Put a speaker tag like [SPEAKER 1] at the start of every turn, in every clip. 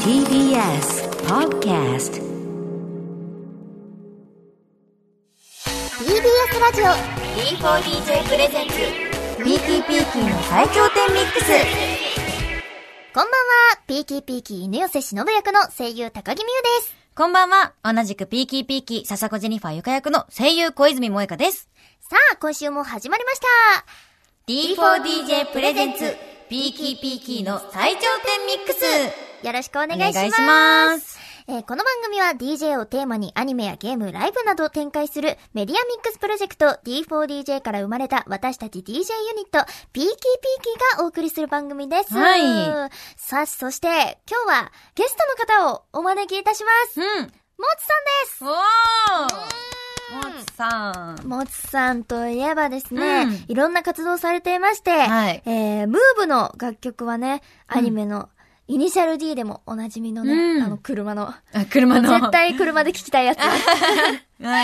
[SPEAKER 1] TBS Podcast
[SPEAKER 2] TBS ラジオ B4DJ プレゼンツ PTPT の最強点ミックスこんばんは PTPT 犬寄せ忍役の声優高木美優です
[SPEAKER 3] こんばんは。同じくピーキーピーキー、笹子ジェニファーゆか役の声優小泉萌香です。
[SPEAKER 2] さあ今週も始まりました
[SPEAKER 3] D4DJ プレゼンツ、ピーキーピーキーの最頂点ミックス。
[SPEAKER 2] よろしくお願
[SPEAKER 3] お
[SPEAKER 2] いします
[SPEAKER 3] 願いします。
[SPEAKER 2] えーこの番組は DJ をテーマにアニメやゲーム、ライブなどを展開するメディアミックスプロジェクト D4DJ から生まれた私たち DJ ユニット p ーキーピーキーがお送りする番組です。
[SPEAKER 3] はい。
[SPEAKER 2] さあ、そして今日はゲストの方をお招きいたします。
[SPEAKER 3] うん。
[SPEAKER 2] もつさんです
[SPEAKER 3] おーもつさん。
[SPEAKER 2] もつさんといえばですね、
[SPEAKER 3] うん
[SPEAKER 2] いろんな活動をされていまして、
[SPEAKER 3] はい
[SPEAKER 2] えー、ムーブの楽曲はね、アニメのイニシャル D でもおなじみのね、
[SPEAKER 3] うん
[SPEAKER 2] あの車の、
[SPEAKER 3] あ、車の。
[SPEAKER 2] 絶。対車で聴きたいやつ。
[SPEAKER 3] は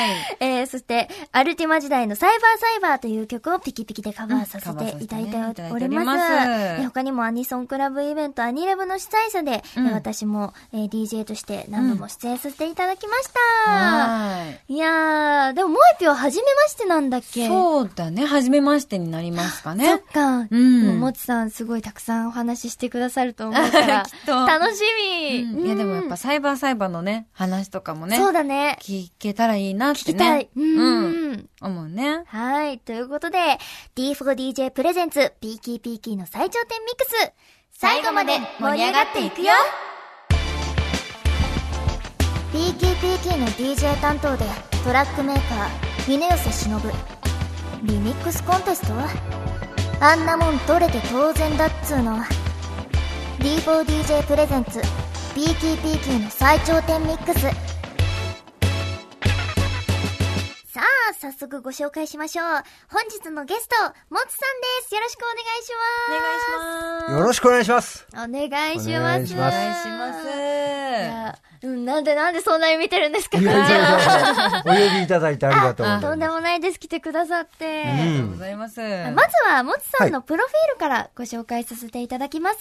[SPEAKER 3] い。
[SPEAKER 2] えー、そして、アルティマ時代のサイバーサイバーという曲をピキピキでカバーさせ
[SPEAKER 3] うんカバーさせ
[SPEAKER 2] て
[SPEAKER 3] て
[SPEAKER 2] いただいており
[SPEAKER 3] いただいてお
[SPEAKER 2] ま
[SPEAKER 3] り
[SPEAKER 2] す。
[SPEAKER 3] ます
[SPEAKER 2] えー他にもアニソンクラブイベントアニレブの主催者で、
[SPEAKER 3] うん
[SPEAKER 2] えー私も、えー DJ として何度も出演させていただきました。
[SPEAKER 3] はい
[SPEAKER 2] やー、でももえぴは初めましてなんだっ
[SPEAKER 3] い。
[SPEAKER 2] け
[SPEAKER 3] そうだね。初めましてになりますか
[SPEAKER 2] そっ
[SPEAKER 3] ね。
[SPEAKER 2] か。
[SPEAKER 3] うん
[SPEAKER 2] もうもちさんすごいたくさんお話ししてくださると思うから
[SPEAKER 3] きっと
[SPEAKER 2] 楽しみ、
[SPEAKER 3] うんいやでもやっぱサイバーサイバーのね、話とかもね、
[SPEAKER 2] そうだね。
[SPEAKER 3] 聞けたらいいなっ
[SPEAKER 2] 聞
[SPEAKER 3] て
[SPEAKER 2] きたい
[SPEAKER 3] ね。。うん。
[SPEAKER 2] うん
[SPEAKER 3] 思うね。
[SPEAKER 2] はい。ということで、D4DJ プレゼンツ、ピーキーピーキーの最頂点ミックス。最後まで盛り上がっていくよピーキーピーキーの DJ 担当で、トラックメーカー、峰寄せ忍。リミックスコンテストあんなもん取れて当然だっつーの。D4DJ プレゼンツ、ピーキーピーキーの最頂点ミックス。さあ、早速ご紹介しましょう。本日のゲスト、もつさんです。よろしくお願いし
[SPEAKER 3] お
[SPEAKER 2] ま
[SPEAKER 3] 願いします。
[SPEAKER 4] よろしくお願いし ます。
[SPEAKER 2] す。お願いします。
[SPEAKER 4] お願
[SPEAKER 3] お願いします。
[SPEAKER 2] いやうん、なんでなんでそんなに見てるんですか
[SPEAKER 4] いやいやいやお呼びいただいてありがとうご
[SPEAKER 2] とん
[SPEAKER 4] ざい
[SPEAKER 2] で
[SPEAKER 4] ま
[SPEAKER 2] も
[SPEAKER 4] す。
[SPEAKER 2] ないです。来てくださって。
[SPEAKER 3] ありが
[SPEAKER 4] う
[SPEAKER 3] とうご
[SPEAKER 4] ん
[SPEAKER 3] ざいます。
[SPEAKER 2] まずは、もつさんのプロフィールからご紹介させていただきます。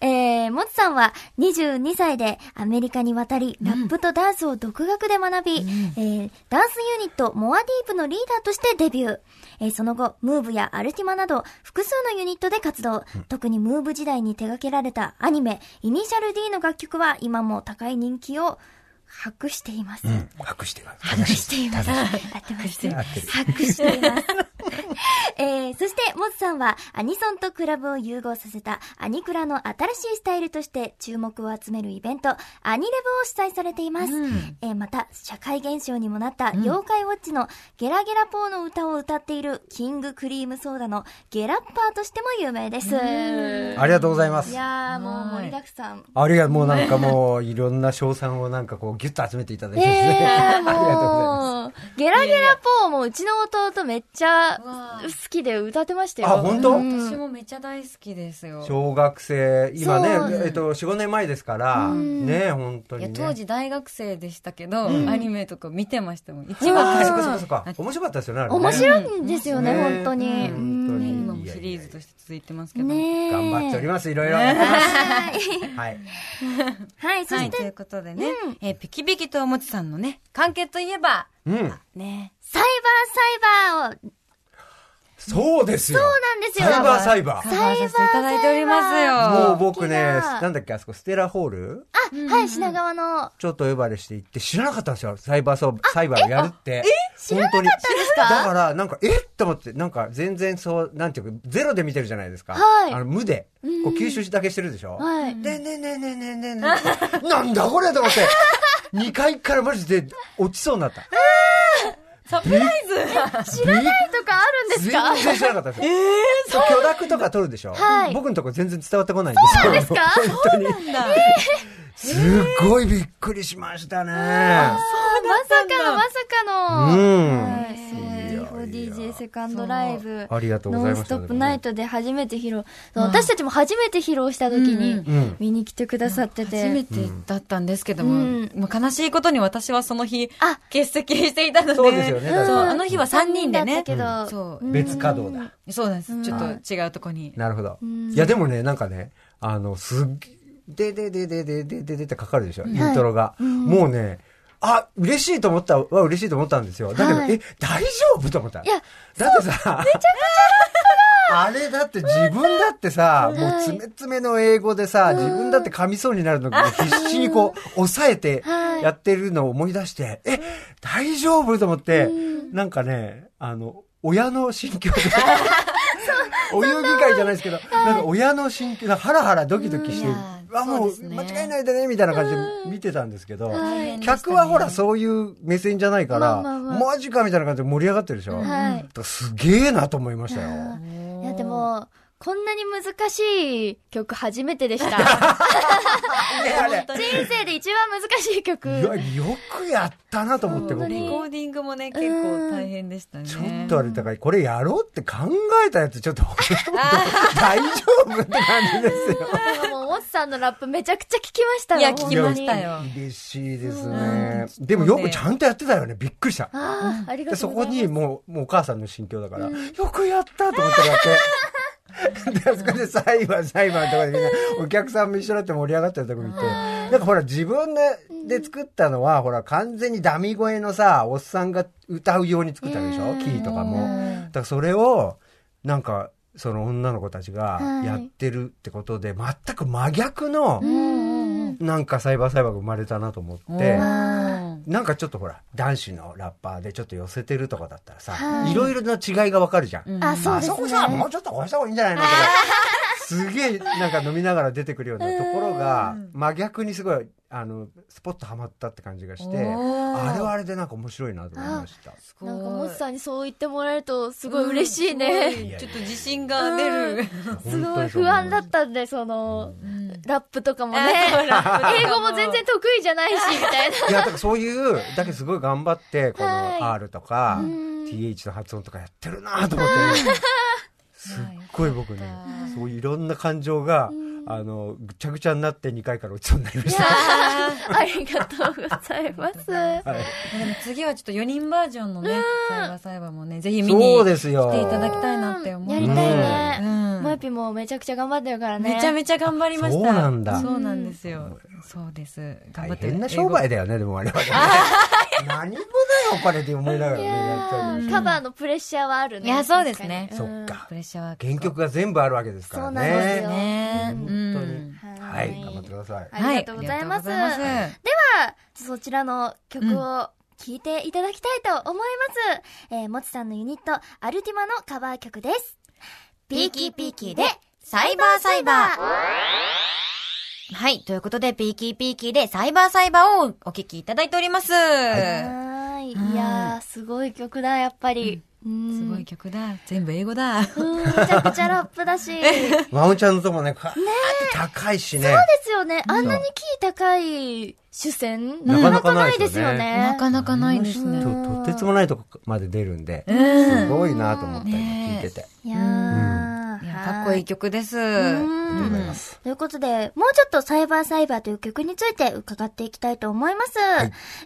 [SPEAKER 2] えー、もつさんは22歳でアメリカに渡り、ラップとダンスを独学で学び、えーダンスユニット、モアディープのリーダーとしてデビュー。えーその後、ムーブやアルティマなど、複数のユニットで活動。特にムーブ時代に手掛けられたアニメ、イニシャル D の楽曲は、今も高い人気を博しています。
[SPEAKER 4] うん、隠してます。
[SPEAKER 2] 博しています。
[SPEAKER 4] 正しい
[SPEAKER 2] 合ってます
[SPEAKER 4] 合ってる
[SPEAKER 2] 拍手しています。 えー、そして、モズさんは、アニソンとクラブを融合させた、アニクラの新しいスタイルとして注目を集めるイベント、アニレブを主催されています。
[SPEAKER 3] うん
[SPEAKER 2] えーまた、社会現象にもなった、妖怪ウォッチのゲラゲラポーの歌を歌っている、キングクリームソーダのゲラッパーとしても有名です。
[SPEAKER 4] ありがとうございま
[SPEAKER 2] い
[SPEAKER 4] す。
[SPEAKER 2] やー、もう盛りだくさん。
[SPEAKER 4] ありがとう、もうなんかもう、いろんな賞賛 をなんかこう、ギュッと集めてい ただいてですね。
[SPEAKER 2] えー、
[SPEAKER 4] ありがとうございます。
[SPEAKER 2] もう、ゲラゲラポーもうちの弟めっちゃ
[SPEAKER 3] わあ
[SPEAKER 2] 好きで歌ってましたよ。
[SPEAKER 4] あ本当
[SPEAKER 2] うん
[SPEAKER 3] 私もめっちゃ大好きですよ。
[SPEAKER 4] 小学生、今
[SPEAKER 2] そう
[SPEAKER 4] ね、えっと、4、5年前ですから、ね、本当
[SPEAKER 3] い
[SPEAKER 4] に
[SPEAKER 3] や
[SPEAKER 4] ね。
[SPEAKER 3] 当時大学生でしたけど、アニメとか見てましたもん。一
[SPEAKER 4] あー、
[SPEAKER 3] 番
[SPEAKER 4] そっかそっかそっか。面白かったですよね、あれね
[SPEAKER 2] 面白いんですよね、
[SPEAKER 4] ね
[SPEAKER 2] 本当に。
[SPEAKER 4] うん本当に
[SPEAKER 3] 今もシリーズとして続いてますけど。
[SPEAKER 2] ねえ。
[SPEAKER 4] 頑張っております、いろいろ。はい。
[SPEAKER 2] はい、そ
[SPEAKER 3] は
[SPEAKER 2] し
[SPEAKER 3] い、
[SPEAKER 2] て
[SPEAKER 3] ということでね、えーピキピキとおもちさんのね、関係といえば、
[SPEAKER 4] うん。
[SPEAKER 3] ね、
[SPEAKER 2] サイバーサイバーを、
[SPEAKER 4] そうですよ。
[SPEAKER 2] そうなんですよ。
[SPEAKER 4] サイバーサイバ
[SPEAKER 3] カ
[SPEAKER 4] ー。
[SPEAKER 3] バーさせていただいております
[SPEAKER 4] も
[SPEAKER 3] よ。
[SPEAKER 4] う僕ね、
[SPEAKER 2] 大きな
[SPEAKER 4] なんだっけ、あそこ、ステラホール
[SPEAKER 2] あ、はい、品川の。
[SPEAKER 4] ちょっと呼ばれして行って、知らなかったんですよ。サイバーそうサイバーをやるって。え本当に。だから、なんか、えっと思って、なんか、全然そう、なんていうか、ゼロで見てるじゃないですか。
[SPEAKER 2] はい
[SPEAKER 4] あの、無で。こう、吸収だけしてるでしょ。
[SPEAKER 2] はい
[SPEAKER 4] で、ねえねえねえねえねえねえ。なんだこれと思って。2階からマジで落ちそうになった。
[SPEAKER 3] サプライズ
[SPEAKER 4] 知らない
[SPEAKER 2] とかあるんですか
[SPEAKER 4] 全然知らなかったです。ええそう許諾とか取るでしょ、
[SPEAKER 2] はい
[SPEAKER 4] 僕のとこ全然伝わってこないんですよ。そうですか本当に。すっごいびっくりしましたね。
[SPEAKER 2] まさかの、まさかの。
[SPEAKER 4] うん。
[SPEAKER 2] はい、D4DJ セカンドライブ。
[SPEAKER 4] ありがとうご
[SPEAKER 2] ノ
[SPEAKER 4] ざい
[SPEAKER 2] ン
[SPEAKER 4] ま
[SPEAKER 2] ス
[SPEAKER 4] す。
[SPEAKER 2] トップナイトで初めて披露、私たちも初めて披露した
[SPEAKER 3] う
[SPEAKER 2] 時
[SPEAKER 3] ん
[SPEAKER 4] う
[SPEAKER 2] に
[SPEAKER 4] ん
[SPEAKER 2] 見に来てくださってて、
[SPEAKER 3] 初めてだったんですけども、
[SPEAKER 2] うん
[SPEAKER 3] もう悲しいことに私はその日
[SPEAKER 2] あ、
[SPEAKER 3] 欠席していたので、
[SPEAKER 4] そうですよねだから
[SPEAKER 3] そうあの日は3人で
[SPEAKER 2] だ
[SPEAKER 3] ね
[SPEAKER 2] った、けど、
[SPEAKER 3] そ
[SPEAKER 4] 別稼働だ。
[SPEAKER 3] う、そうなんです。ちょっと違うとこに。
[SPEAKER 4] なるほど。いや、でもね、なんかね、あの、すっげででででででででってかかるでしょ、イントロが。もうね、あ、嬉しいと思ったは嬉しいと思ったんですよ。だけど、
[SPEAKER 2] はい
[SPEAKER 4] え、大丈夫と思った。
[SPEAKER 2] いや
[SPEAKER 4] だってさ、あれだって自分だってさ、もう爪爪の英語でさ、自分だって噛みそうになるのが必死にこう、抑えて
[SPEAKER 2] はい
[SPEAKER 4] やってるのを思い出して、え、大丈夫と思って、なんかね、あの、親の心境で、お遊戯会じゃないですけど、なんか親の心境、なんかハラハラドキドキして
[SPEAKER 5] うんいや、ー
[SPEAKER 4] あ、も
[SPEAKER 5] そう
[SPEAKER 4] う
[SPEAKER 5] ですね
[SPEAKER 4] 間違いないでね、みたいな感じで見てたんですけど、
[SPEAKER 5] 大変でしたね
[SPEAKER 4] 客はほら、そういう目線じゃないから、
[SPEAKER 2] まあまあま
[SPEAKER 4] マジかみたいな感じで盛り上がってるでしょ。だか
[SPEAKER 2] はい。
[SPEAKER 4] らすげえなと思いましたよ。
[SPEAKER 2] いや、でも、こんなに難しい曲初めてでした。
[SPEAKER 4] いやあれ
[SPEAKER 2] 人生で一番難しい曲。
[SPEAKER 4] いや、よくやったなと思って、
[SPEAKER 2] 本当
[SPEAKER 4] 僕。
[SPEAKER 2] に
[SPEAKER 5] レコーディングもね、結構大変でしたね。
[SPEAKER 4] ちょっとあれ、だから、これやろうって考えたやつ、ちょっと、本当 大丈夫って 感じですよ。
[SPEAKER 2] もう、もつさんのラップめちゃくちゃ聞きましたよ。
[SPEAKER 5] いや聞きまし
[SPEAKER 2] 本当に
[SPEAKER 5] たよ
[SPEAKER 4] 嬉しいです
[SPEAKER 5] うん
[SPEAKER 4] ね。でもよくちゃんとやってたよね。びっくりした。
[SPEAKER 2] ああ、ありが
[SPEAKER 4] で
[SPEAKER 2] と
[SPEAKER 4] そう
[SPEAKER 2] ご
[SPEAKER 4] こ
[SPEAKER 2] ざい
[SPEAKER 4] に
[SPEAKER 2] ます。
[SPEAKER 4] もうもうお母さんの心境だから、よくやったと思ってもらって。 であそこで裁判裁判とか でみんなお客さんも一緒になって盛り上がってるとこ見てなんかほら自分でで作ったのはほら完全にダミ声のさおっさんが歌うように作ったでしょ
[SPEAKER 2] うん
[SPEAKER 4] キーとか
[SPEAKER 2] う
[SPEAKER 4] も
[SPEAKER 2] ん
[SPEAKER 4] だからそれをなんかその女の子たちが
[SPEAKER 2] はい
[SPEAKER 4] やってるってことで全く真逆の
[SPEAKER 5] うん。
[SPEAKER 4] なんか裁判裁判が生まれたなと思って。なんかちょっとほら、男子のラッパーでちょっと寄せてるとかだったらさ、
[SPEAKER 2] はい
[SPEAKER 4] い、ろいろな違いがわかるじゃん。
[SPEAKER 5] うん
[SPEAKER 2] あ、そう
[SPEAKER 4] あ
[SPEAKER 2] ですね。
[SPEAKER 4] そこさ、もうちょっとこうした方がいいんじゃないのとか、すげえなんか飲みながら出てくるようなところが、真逆にすごい、あの、スポッとはまったって感じがして、あれはあれでなんか面白いなと思いました。
[SPEAKER 2] なんか、も
[SPEAKER 5] も
[SPEAKER 2] つさんにそう言ってもらえると、すごい嬉しいね。
[SPEAKER 4] いやいや
[SPEAKER 5] ちょっと自信が出る。
[SPEAKER 2] すごい
[SPEAKER 4] 本当にそう
[SPEAKER 2] 不
[SPEAKER 4] 思
[SPEAKER 2] 安
[SPEAKER 4] ま
[SPEAKER 2] だ
[SPEAKER 4] し
[SPEAKER 2] っ。たんで、その、ラップとかもね。
[SPEAKER 5] あそうラップとかも
[SPEAKER 2] 英語も全然得意じゃないし、みたい な。
[SPEAKER 4] いや、だからそういう、だけどすごい頑張って、こ
[SPEAKER 2] はい
[SPEAKER 4] の R とか、
[SPEAKER 2] うん
[SPEAKER 4] TH の発音とかやってるなと思って、 すっごい僕ね、そういういろんな感情が、あの、ぐちゃぐちゃになって2回から落ちそうになり ました。
[SPEAKER 2] ありがとうございます。
[SPEAKER 4] はい
[SPEAKER 5] でも次はちょっと4人バージョンのね、裁判裁判もね、ぜひ見に
[SPEAKER 4] そう
[SPEAKER 5] 来
[SPEAKER 4] ですよ。
[SPEAKER 5] ていただきたいなって思
[SPEAKER 2] や
[SPEAKER 5] う
[SPEAKER 2] りたいね。
[SPEAKER 5] うん
[SPEAKER 2] もえぴもめちゃくちゃ頑張ってるからね。
[SPEAKER 5] めちゃめちゃ頑張りました。
[SPEAKER 4] そうなんだ
[SPEAKER 5] そうなんですよ。そうです。頑張
[SPEAKER 4] 大
[SPEAKER 5] って。
[SPEAKER 4] 変な商売だよね、でも我々ね。何もだよ、これって思いながらね、やっちゃうでし
[SPEAKER 2] カバーのプレッシャーはある
[SPEAKER 5] 英
[SPEAKER 2] ね。
[SPEAKER 5] 語。いや、そうですね。
[SPEAKER 4] ょ。そっか
[SPEAKER 5] プ。レッシャーは。
[SPEAKER 4] 原曲が全部あるわけですからね。
[SPEAKER 2] そうなんですよ
[SPEAKER 5] ね。
[SPEAKER 4] 本
[SPEAKER 5] う
[SPEAKER 4] 当に
[SPEAKER 5] ん。
[SPEAKER 2] 確かに。
[SPEAKER 4] はい、頑張ってください。
[SPEAKER 2] ありがとうございます。
[SPEAKER 5] はありがとうございます
[SPEAKER 2] そちらの曲を聴いていただきたいと思います。えー、もちさんのユニット、アルティマのカバー曲です。
[SPEAKER 5] ピーキーピーキーでサイバーサイバはい。ということで、ピーキーピーキーでサイバーサイバーをお聴きいただいております。
[SPEAKER 2] はーい。
[SPEAKER 5] はい
[SPEAKER 2] いやー、すごい曲だ、やっぱり。うん
[SPEAKER 5] すごい曲だ。全部英語だ。
[SPEAKER 2] うん、めちゃくちゃラップだし。で
[SPEAKER 4] ワンちゃんのとこもね、かーって高いしね。
[SPEAKER 2] すよね。あんなにキー高い主戦、なかな
[SPEAKER 4] なかな
[SPEAKER 2] か
[SPEAKER 4] か
[SPEAKER 2] な
[SPEAKER 4] ない
[SPEAKER 2] で
[SPEAKER 4] いですす
[SPEAKER 2] よ
[SPEAKER 4] よ
[SPEAKER 2] ね。
[SPEAKER 5] なかなかないですね。
[SPEAKER 4] ととてつもないとこまで出るんで、
[SPEAKER 5] うん
[SPEAKER 4] すごいなと思ったよ、
[SPEAKER 5] ね
[SPEAKER 4] 聞いてて。
[SPEAKER 2] いやー
[SPEAKER 5] いや、かっこいい曲です。うん。
[SPEAKER 4] ありがとうございます。
[SPEAKER 2] ということで、もうちょっとサイバーサイバーという曲について伺っていきたいと思います。
[SPEAKER 4] い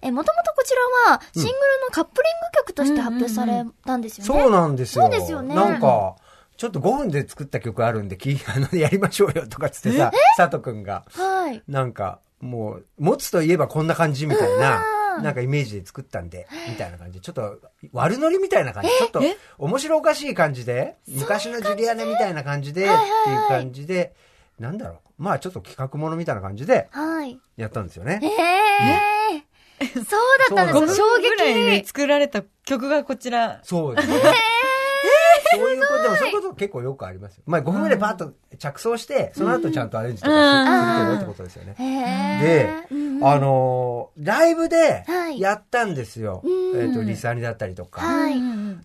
[SPEAKER 2] え、もともとこちらはシングルのカップリング曲として発表されたんですよね。
[SPEAKER 4] そうなんですよ。
[SPEAKER 2] そうですよね
[SPEAKER 4] なんか、ちょっと5分で作った曲あるんで、 きあの、やりましょうよとかつってさ、佐藤くんが、
[SPEAKER 2] はい。
[SPEAKER 4] なんか、もう、持つといえばこんな感じみたいな、なんかイメージで作ったんで、みたいな感じで、ちょっと悪ノリみたいな感じ、ちょっと面白おかしい感じで、昔のジュリアナみたいな感じで、っていう感じで、なんだろう、まあちょっと企画ものみたいな感じで
[SPEAKER 2] はい。
[SPEAKER 4] やったんですよね
[SPEAKER 2] え。えー。そうだったんですよ。衝
[SPEAKER 5] ぐらい
[SPEAKER 2] 撃
[SPEAKER 5] に。作られた曲がこちら。
[SPEAKER 4] そう ですね。そういうこと、でもそういうこと結構よくありますよ。まあ5分ぐらいパーッと着想して、その後ちゃんとアレンジとかするけどってことですよね。
[SPEAKER 2] えー
[SPEAKER 4] で、
[SPEAKER 2] うん
[SPEAKER 4] あのーライブで
[SPEAKER 2] はい
[SPEAKER 4] やったんですよ。
[SPEAKER 2] うん
[SPEAKER 4] えっ、と、リサーにだったりとか。
[SPEAKER 2] はい。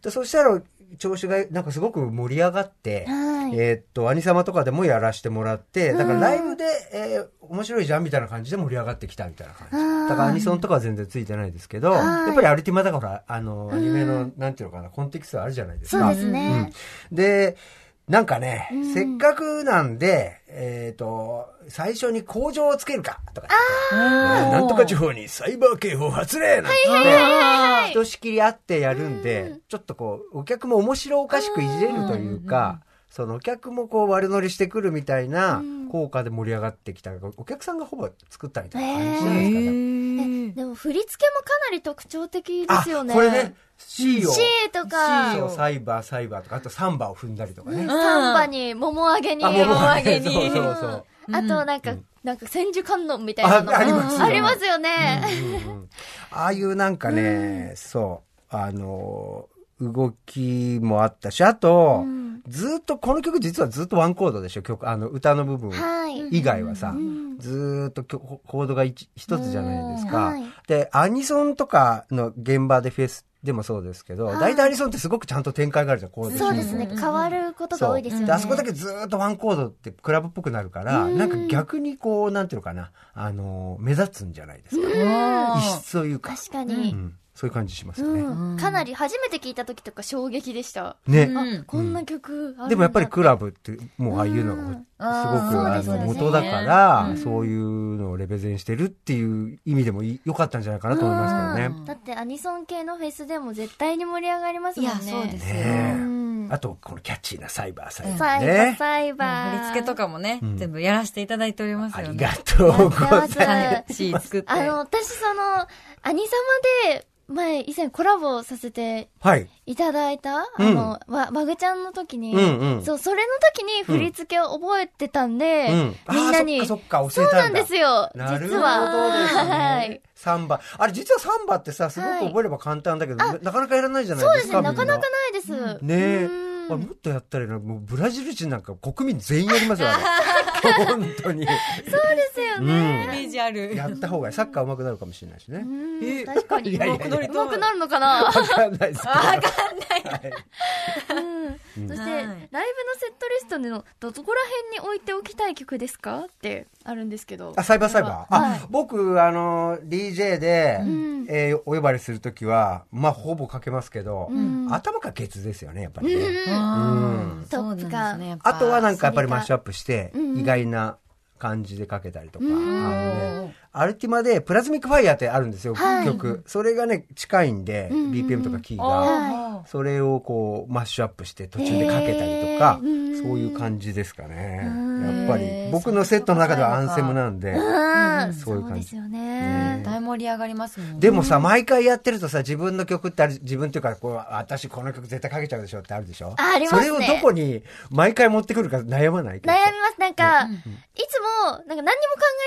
[SPEAKER 4] でそしたら、調子が、なんかすごく盛り上がって、
[SPEAKER 2] はい
[SPEAKER 4] えっと、兄様とかでもやらしてもらって、だからライブで、えー面白いじゃんみたいな感じで盛り上がってきたみたいな感じ。
[SPEAKER 2] うん
[SPEAKER 4] だからアニソンとかは全然ついてないですけど、
[SPEAKER 2] はい
[SPEAKER 4] やっぱりアルティマだから、あの、アニメの、なんていうのかな、コンテキストあるじゃないです
[SPEAKER 2] そう
[SPEAKER 4] か
[SPEAKER 2] で。すね。
[SPEAKER 4] で、なんかね、せっかくなんで、えっ、と、最初に工場をつけるか、とか。なんとか地
[SPEAKER 5] ょ。
[SPEAKER 4] 方にサイバー警報発令なんて言って、ひとしきりあってやるんで、ちょっとこう、お客も面白おかしくいじれるというか、そのお客もこう悪乗りしてくるみたいな効果で盛り上がってきた、お客さんがほぼ作ったみたいな感じなんですかね。
[SPEAKER 2] でも振り付けもかなり特徴的ですよね。
[SPEAKER 4] これね、C を。
[SPEAKER 2] C とか
[SPEAKER 4] C をサイバー、サイバーとか、あとサンバを踏んだりとかね。
[SPEAKER 2] サンバに、桃揚げに、
[SPEAKER 4] あ桃揚げ
[SPEAKER 2] に。
[SPEAKER 4] そうそうそう
[SPEAKER 2] うんあとなんか、なんか千手観音みたいなの
[SPEAKER 4] あありますよね
[SPEAKER 2] ありますよね。
[SPEAKER 4] うんうんああいうなんかね、そう、あのー動きもあったし、あと、ずっと、この曲実はずっとワンコードでしょ、曲、あの、歌の部分
[SPEAKER 2] はい。
[SPEAKER 4] 以外はさ、
[SPEAKER 2] ん
[SPEAKER 4] ずーっときょコードが一一つじゃないですか、
[SPEAKER 2] うんはい
[SPEAKER 4] で、アニソンとかの現場でフェスでもそうですけど、
[SPEAKER 2] はい
[SPEAKER 4] 大体アニソンってすごくちゃんと展開があるじゃん、コード進行
[SPEAKER 2] そうですね。変わることが多いですよ
[SPEAKER 4] そう
[SPEAKER 2] ね。
[SPEAKER 4] あそこだけずーっとワンコードってクラブっぽくなるから、なんか逆にこう、なんていうのかな、あのー目立つんじゃないですか。
[SPEAKER 5] お
[SPEAKER 4] 異
[SPEAKER 5] ー
[SPEAKER 4] 質というか。
[SPEAKER 2] 確か
[SPEAKER 4] う
[SPEAKER 2] に。
[SPEAKER 4] ん、そういう感じしますよね。
[SPEAKER 2] うん。かなり初めて聞いた時とか衝撃でした。
[SPEAKER 4] ね、
[SPEAKER 5] うん
[SPEAKER 2] あ、こんな曲あるんだ
[SPEAKER 4] でもやっぱりクラブってもうああいうのがすごく
[SPEAKER 5] あー
[SPEAKER 4] あ
[SPEAKER 2] そう
[SPEAKER 4] の
[SPEAKER 2] ですよね
[SPEAKER 4] 元だから、そういうのをレベゼンしてるっていう意味でもい良かったんじゃないかなと思いますけどね。
[SPEAKER 2] だってアニソン系のフェスでも絶対に盛り上がります
[SPEAKER 3] い
[SPEAKER 2] もん
[SPEAKER 3] や、
[SPEAKER 2] ね。
[SPEAKER 3] そうですよ。
[SPEAKER 4] ね
[SPEAKER 2] うん
[SPEAKER 4] あとこのキャッチーなサイバーサイバ
[SPEAKER 2] サ
[SPEAKER 4] ー
[SPEAKER 2] イバー、
[SPEAKER 4] ね。
[SPEAKER 2] サイバー。
[SPEAKER 3] 振り付けとかもね、全部やらせていただいております
[SPEAKER 4] あ
[SPEAKER 3] よ
[SPEAKER 4] り
[SPEAKER 3] ね。
[SPEAKER 4] がとうございま
[SPEAKER 2] やっ
[SPEAKER 4] す。
[SPEAKER 2] て
[SPEAKER 3] は
[SPEAKER 2] ま
[SPEAKER 3] い。
[SPEAKER 2] す。
[SPEAKER 3] シー作って。
[SPEAKER 2] あの、私その、アニサマで、前、以前コラボさせて
[SPEAKER 4] はい。
[SPEAKER 2] いただいた、
[SPEAKER 4] うん
[SPEAKER 2] あの、わ、わぐちゃんの時に、
[SPEAKER 4] うんうん
[SPEAKER 2] そう、それの時に振り付けを覚えてたんで、
[SPEAKER 4] うん。あー
[SPEAKER 2] みんなに。
[SPEAKER 4] そっかそっか
[SPEAKER 2] そ
[SPEAKER 4] 教え
[SPEAKER 2] う
[SPEAKER 4] た
[SPEAKER 2] なん
[SPEAKER 4] だ。
[SPEAKER 2] んですよ、実は。
[SPEAKER 4] なるほどです
[SPEAKER 2] は
[SPEAKER 4] ね
[SPEAKER 2] い。。
[SPEAKER 4] サンバ。あれ実はサンバってさ、すごく覚えれば簡単だけど、なかなかやらないじゃない
[SPEAKER 2] そう
[SPEAKER 4] で
[SPEAKER 2] ですす
[SPEAKER 4] か。
[SPEAKER 2] ね、なかなか
[SPEAKER 4] みん
[SPEAKER 2] ないです。
[SPEAKER 4] ねえ
[SPEAKER 2] うん。
[SPEAKER 4] あれもっとやったらいいのにもうブラジル人なんか国民全員やりますよ、あれ。 本当に。
[SPEAKER 2] そうですよ
[SPEAKER 4] う
[SPEAKER 2] ね。
[SPEAKER 4] ん
[SPEAKER 3] イ。メージある。
[SPEAKER 4] やった方がいい。サッカー上手くなるかもしれないしね
[SPEAKER 2] う。ん
[SPEAKER 3] え
[SPEAKER 2] 確 かに。
[SPEAKER 4] いやいやいや
[SPEAKER 2] うまくなるのかな
[SPEAKER 4] わかんないですけど。わかんない。
[SPEAKER 3] はい
[SPEAKER 2] そして、ライブのセットリストのどこら辺に置いておきたい曲ですかってあるんですけど。
[SPEAKER 4] あ、サイバーサイバー。
[SPEAKER 2] はい
[SPEAKER 4] あ、僕、あの、DJ で
[SPEAKER 2] ん、
[SPEAKER 4] えーお呼ばれするときは、まあ、ほぼかけますけど
[SPEAKER 2] う、ん
[SPEAKER 4] 頭かケツですよね、やっぱり
[SPEAKER 2] うん
[SPEAKER 4] ね。
[SPEAKER 3] うん
[SPEAKER 2] トップガン
[SPEAKER 3] そうなんですねやっぱ
[SPEAKER 4] あとはなんかやっぱり
[SPEAKER 2] それか
[SPEAKER 4] マッシュアップして、
[SPEAKER 2] うん
[SPEAKER 4] 意外な感じでかけたりとか。あ
[SPEAKER 2] うん
[SPEAKER 4] のねアルティマでプラズミックファイヤーってあるんですよ、
[SPEAKER 2] はい
[SPEAKER 4] 曲。それがね、近いんで、
[SPEAKER 2] うんうん
[SPEAKER 4] BPM とかキー
[SPEAKER 2] あ
[SPEAKER 4] が。
[SPEAKER 3] は
[SPEAKER 4] それをこうマッシュアップして途中でかけたりとか、
[SPEAKER 2] へー
[SPEAKER 4] そういう感じですかね
[SPEAKER 2] うん
[SPEAKER 4] やっぱり僕のセットの中ではアンセムなん
[SPEAKER 2] う
[SPEAKER 4] で
[SPEAKER 2] ん
[SPEAKER 4] んそういう感じ
[SPEAKER 2] ですよ
[SPEAKER 3] い
[SPEAKER 2] ね。
[SPEAKER 3] 大盛り上がりますもんね。
[SPEAKER 4] でもさ毎回やってるとさ自分の曲ってある自分っていうかこう私この曲絶対かけちゃうでしょってあるでしょ
[SPEAKER 2] あありますね
[SPEAKER 4] それをどこに毎回持ってくるか悩まない
[SPEAKER 2] 悩みます。なんか、いつも、なんか何にも考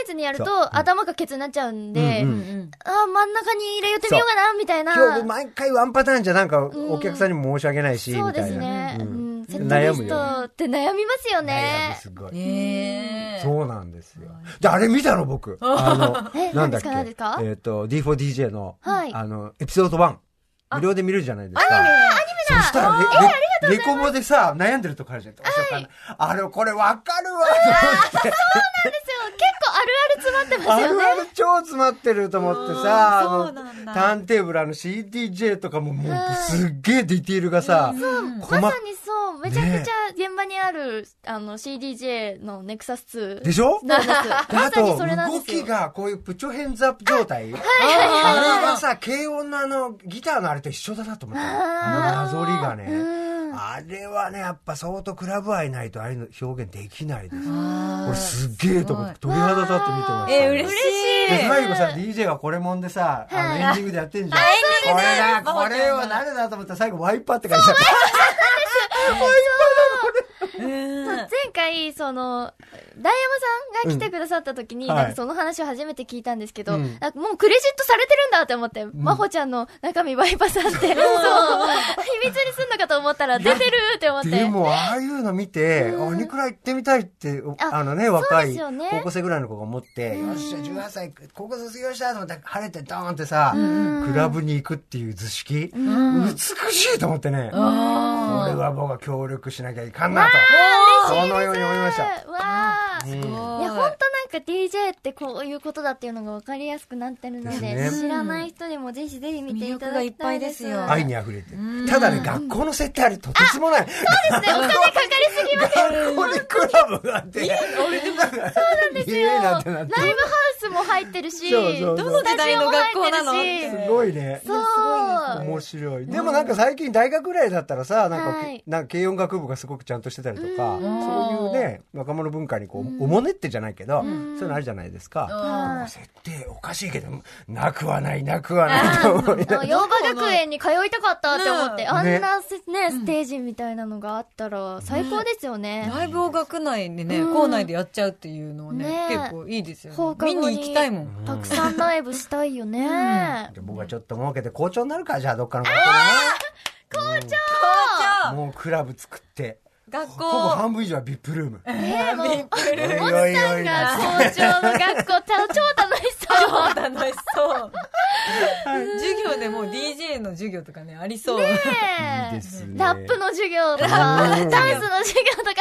[SPEAKER 2] えずにやる
[SPEAKER 4] そううん
[SPEAKER 2] と、頭がケツになっちゃうんで、
[SPEAKER 4] うんう
[SPEAKER 3] うん
[SPEAKER 2] あー真ん中に入れてみようかな、みたいな。
[SPEAKER 4] 今日毎回ワンパターンじゃなんかお客さんにも申し訳ないし、
[SPEAKER 2] そう
[SPEAKER 4] み
[SPEAKER 2] で
[SPEAKER 4] た
[SPEAKER 2] す
[SPEAKER 4] いな、
[SPEAKER 2] ね。う
[SPEAKER 4] うん
[SPEAKER 2] んセット
[SPEAKER 4] 悩
[SPEAKER 2] リ
[SPEAKER 4] む
[SPEAKER 2] ス
[SPEAKER 4] よ
[SPEAKER 2] トって悩みますよ
[SPEAKER 4] 悩む
[SPEAKER 2] ね。
[SPEAKER 4] すごい、
[SPEAKER 3] ねえ。
[SPEAKER 4] そうなんですよ。で、あれ見たの僕。あ
[SPEAKER 2] え
[SPEAKER 4] の、なんだっけ。
[SPEAKER 2] 何ですか何ですか
[SPEAKER 4] えっと、D4DJ の、
[SPEAKER 2] はい
[SPEAKER 4] あの、エピソード1。無料で見れるじゃないですか。そしたらね、レレコボでさ、悩んでるとこあるじゃん。どうしようかなあれ、これわかるわと思って。
[SPEAKER 2] そう結構あるある詰まってます
[SPEAKER 4] あ
[SPEAKER 2] よ
[SPEAKER 4] る
[SPEAKER 2] ね。
[SPEAKER 4] ある超詰まってると思って
[SPEAKER 3] う
[SPEAKER 4] さ、あ
[SPEAKER 3] んそうなん
[SPEAKER 4] の、
[SPEAKER 3] だ
[SPEAKER 4] ターンテーブルあの CDJ とかももうすっげえディティールがさ、細
[SPEAKER 2] ま
[SPEAKER 4] か
[SPEAKER 2] さにそう、めちゃくちゃ現場にある、あの CDJ のネクサス2。
[SPEAKER 4] でしょ
[SPEAKER 2] なんです。
[SPEAKER 4] であ
[SPEAKER 2] まさに
[SPEAKER 4] と、
[SPEAKER 2] それなん
[SPEAKER 4] 動
[SPEAKER 2] ですよ
[SPEAKER 4] き。が、こういうプチョヘンズアップ状態。あれがさ、軽音のあの、ギターのあれと一緒だなと思った。あのなぞりがね。あれはね、やっぱ相当クラブ愛ないと、ああいうの表現できないです。俺すっげえと思って、鳥肌立って見てました。
[SPEAKER 3] えー、嬉しい。
[SPEAKER 4] で最後さ、DJ がこれもんでさ、あのエンディングでやってんじゃん。これだ、これは誰だと思ったら最後ワイパーって書いてある。
[SPEAKER 2] 前回、その、ダイヤマさんが来てくださった時に、
[SPEAKER 4] うん
[SPEAKER 2] なん
[SPEAKER 4] は
[SPEAKER 2] か
[SPEAKER 4] い
[SPEAKER 2] その話を初めて聞いたんですけど、
[SPEAKER 4] うん
[SPEAKER 2] なんかもうクレジットされてるんだって思って、真帆ちゃんの中身バイパさんって、そう、秘密 にすんのかと思ったら出てるって思って。
[SPEAKER 4] でも、ああいうの見て、あ、ニクラ行ってみたいって、
[SPEAKER 2] あ
[SPEAKER 4] あのね、若
[SPEAKER 2] そうで
[SPEAKER 4] い
[SPEAKER 2] すよね
[SPEAKER 4] 高校生ぐらいの子が思って、よっしゃ、18歳、高校卒業したと思って、晴れてドーンってさ、クラブに行くっていう図式、美しいと思ってね、これは僕は協力しなきゃいかんなと、そのように思いました。
[SPEAKER 2] わあ。
[SPEAKER 4] うん
[SPEAKER 2] いや、ほんとなんか DJ ってこういうことだっていうのが分かりやすくなってるので、
[SPEAKER 4] ですね
[SPEAKER 2] 知らない人にもぜひぜひ見ていただきたいです。
[SPEAKER 3] 魅力がいっぱい
[SPEAKER 4] 愛に溢れてる。ただね、学校の設定あれとてつもない。そうですね、お金かかりすぎます。学校にクラブがあって。そうなんです
[SPEAKER 2] ライブ
[SPEAKER 4] な
[SPEAKER 2] ハ
[SPEAKER 4] ってな
[SPEAKER 2] ウ
[SPEAKER 4] って。
[SPEAKER 2] スもも入ってるし、
[SPEAKER 4] そうそうそう
[SPEAKER 3] どの時代の学校なの
[SPEAKER 2] スタジオも入ってるし
[SPEAKER 4] すごいね。
[SPEAKER 2] そう。
[SPEAKER 4] 面白い。でもなんか最近大学ぐらいだったらさ、なんか、
[SPEAKER 2] はい
[SPEAKER 4] なんか軽音楽部がすごくちゃんとしてたりとか、
[SPEAKER 2] うん
[SPEAKER 4] そういうね、若者文化にこう、おもねってじゃないけど、
[SPEAKER 2] ん
[SPEAKER 4] そういうのあるじゃないですか。
[SPEAKER 2] は
[SPEAKER 4] 設定おかしいけど、なくはない、なくはないと思いながら
[SPEAKER 2] あ洋和学園に通いたかったって思って、
[SPEAKER 3] ね
[SPEAKER 2] あんなせね、ステージみたいなのがあったら最高ですよね。
[SPEAKER 3] ライブを学内でね、
[SPEAKER 2] うん
[SPEAKER 3] 校内でやっちゃうっていうのはね
[SPEAKER 2] ね
[SPEAKER 3] 結構いいですよね
[SPEAKER 2] 放課後
[SPEAKER 3] 見
[SPEAKER 2] に
[SPEAKER 3] に行きたいもん、
[SPEAKER 2] たくさんライブしたいよね。
[SPEAKER 4] じゃあ僕はちょっと儲けて校長になるか、じゃあどっかの学校
[SPEAKER 3] じゃ
[SPEAKER 4] で
[SPEAKER 3] あ
[SPEAKER 4] ね。もうクラブ作って、
[SPEAKER 3] 学
[SPEAKER 4] ほぼ
[SPEAKER 3] 校
[SPEAKER 4] 半分以上は VIP ルーム。
[SPEAKER 2] ねえ、もう、
[SPEAKER 4] おいおい
[SPEAKER 2] モ
[SPEAKER 4] おい
[SPEAKER 2] ツさんが校長の学校、た超楽しそう。
[SPEAKER 3] 超楽しそう授業でもう DJ の授業とかねありそう、
[SPEAKER 2] ねえ
[SPEAKER 4] いいですね
[SPEAKER 2] ラップの授業とか、ダ
[SPEAKER 4] うん
[SPEAKER 2] ンスの授業とか